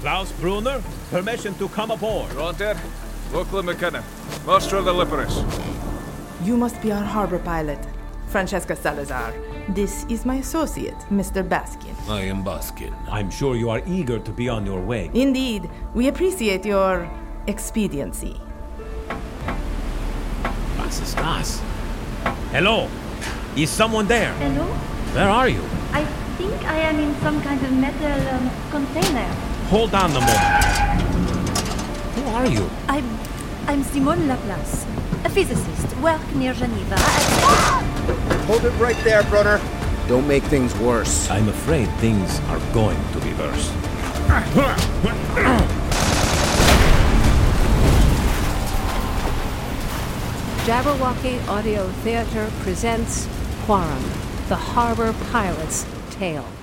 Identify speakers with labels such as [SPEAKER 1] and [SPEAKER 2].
[SPEAKER 1] Klaus Brunner, permission to come aboard.
[SPEAKER 2] Roder, Lachlan McKinnon, Master of the Liberus.
[SPEAKER 3] You must be our harbor pilot, Francesca Salazar. This is my associate, Mr. Baskin.
[SPEAKER 4] I am Baskin.
[SPEAKER 1] I'm sure you are eager to be on your way.
[SPEAKER 3] Indeed, we appreciate your expediency.
[SPEAKER 1] Was ist das? Hello? Is someone there?
[SPEAKER 5] Hello?
[SPEAKER 1] Where are you?
[SPEAKER 5] I think I am in some kind of metal um, container.
[SPEAKER 1] Hold on a moment. Who are you?
[SPEAKER 5] I'm, I'm Simone Laplace, a physicist, work near Geneva. I-
[SPEAKER 6] Hold it right there, brother. Don't make things worse.
[SPEAKER 1] I'm afraid things are going to be worse.
[SPEAKER 7] Jabberwocky Audio Theater presents Quorum, the Harbor Pilot's Tale.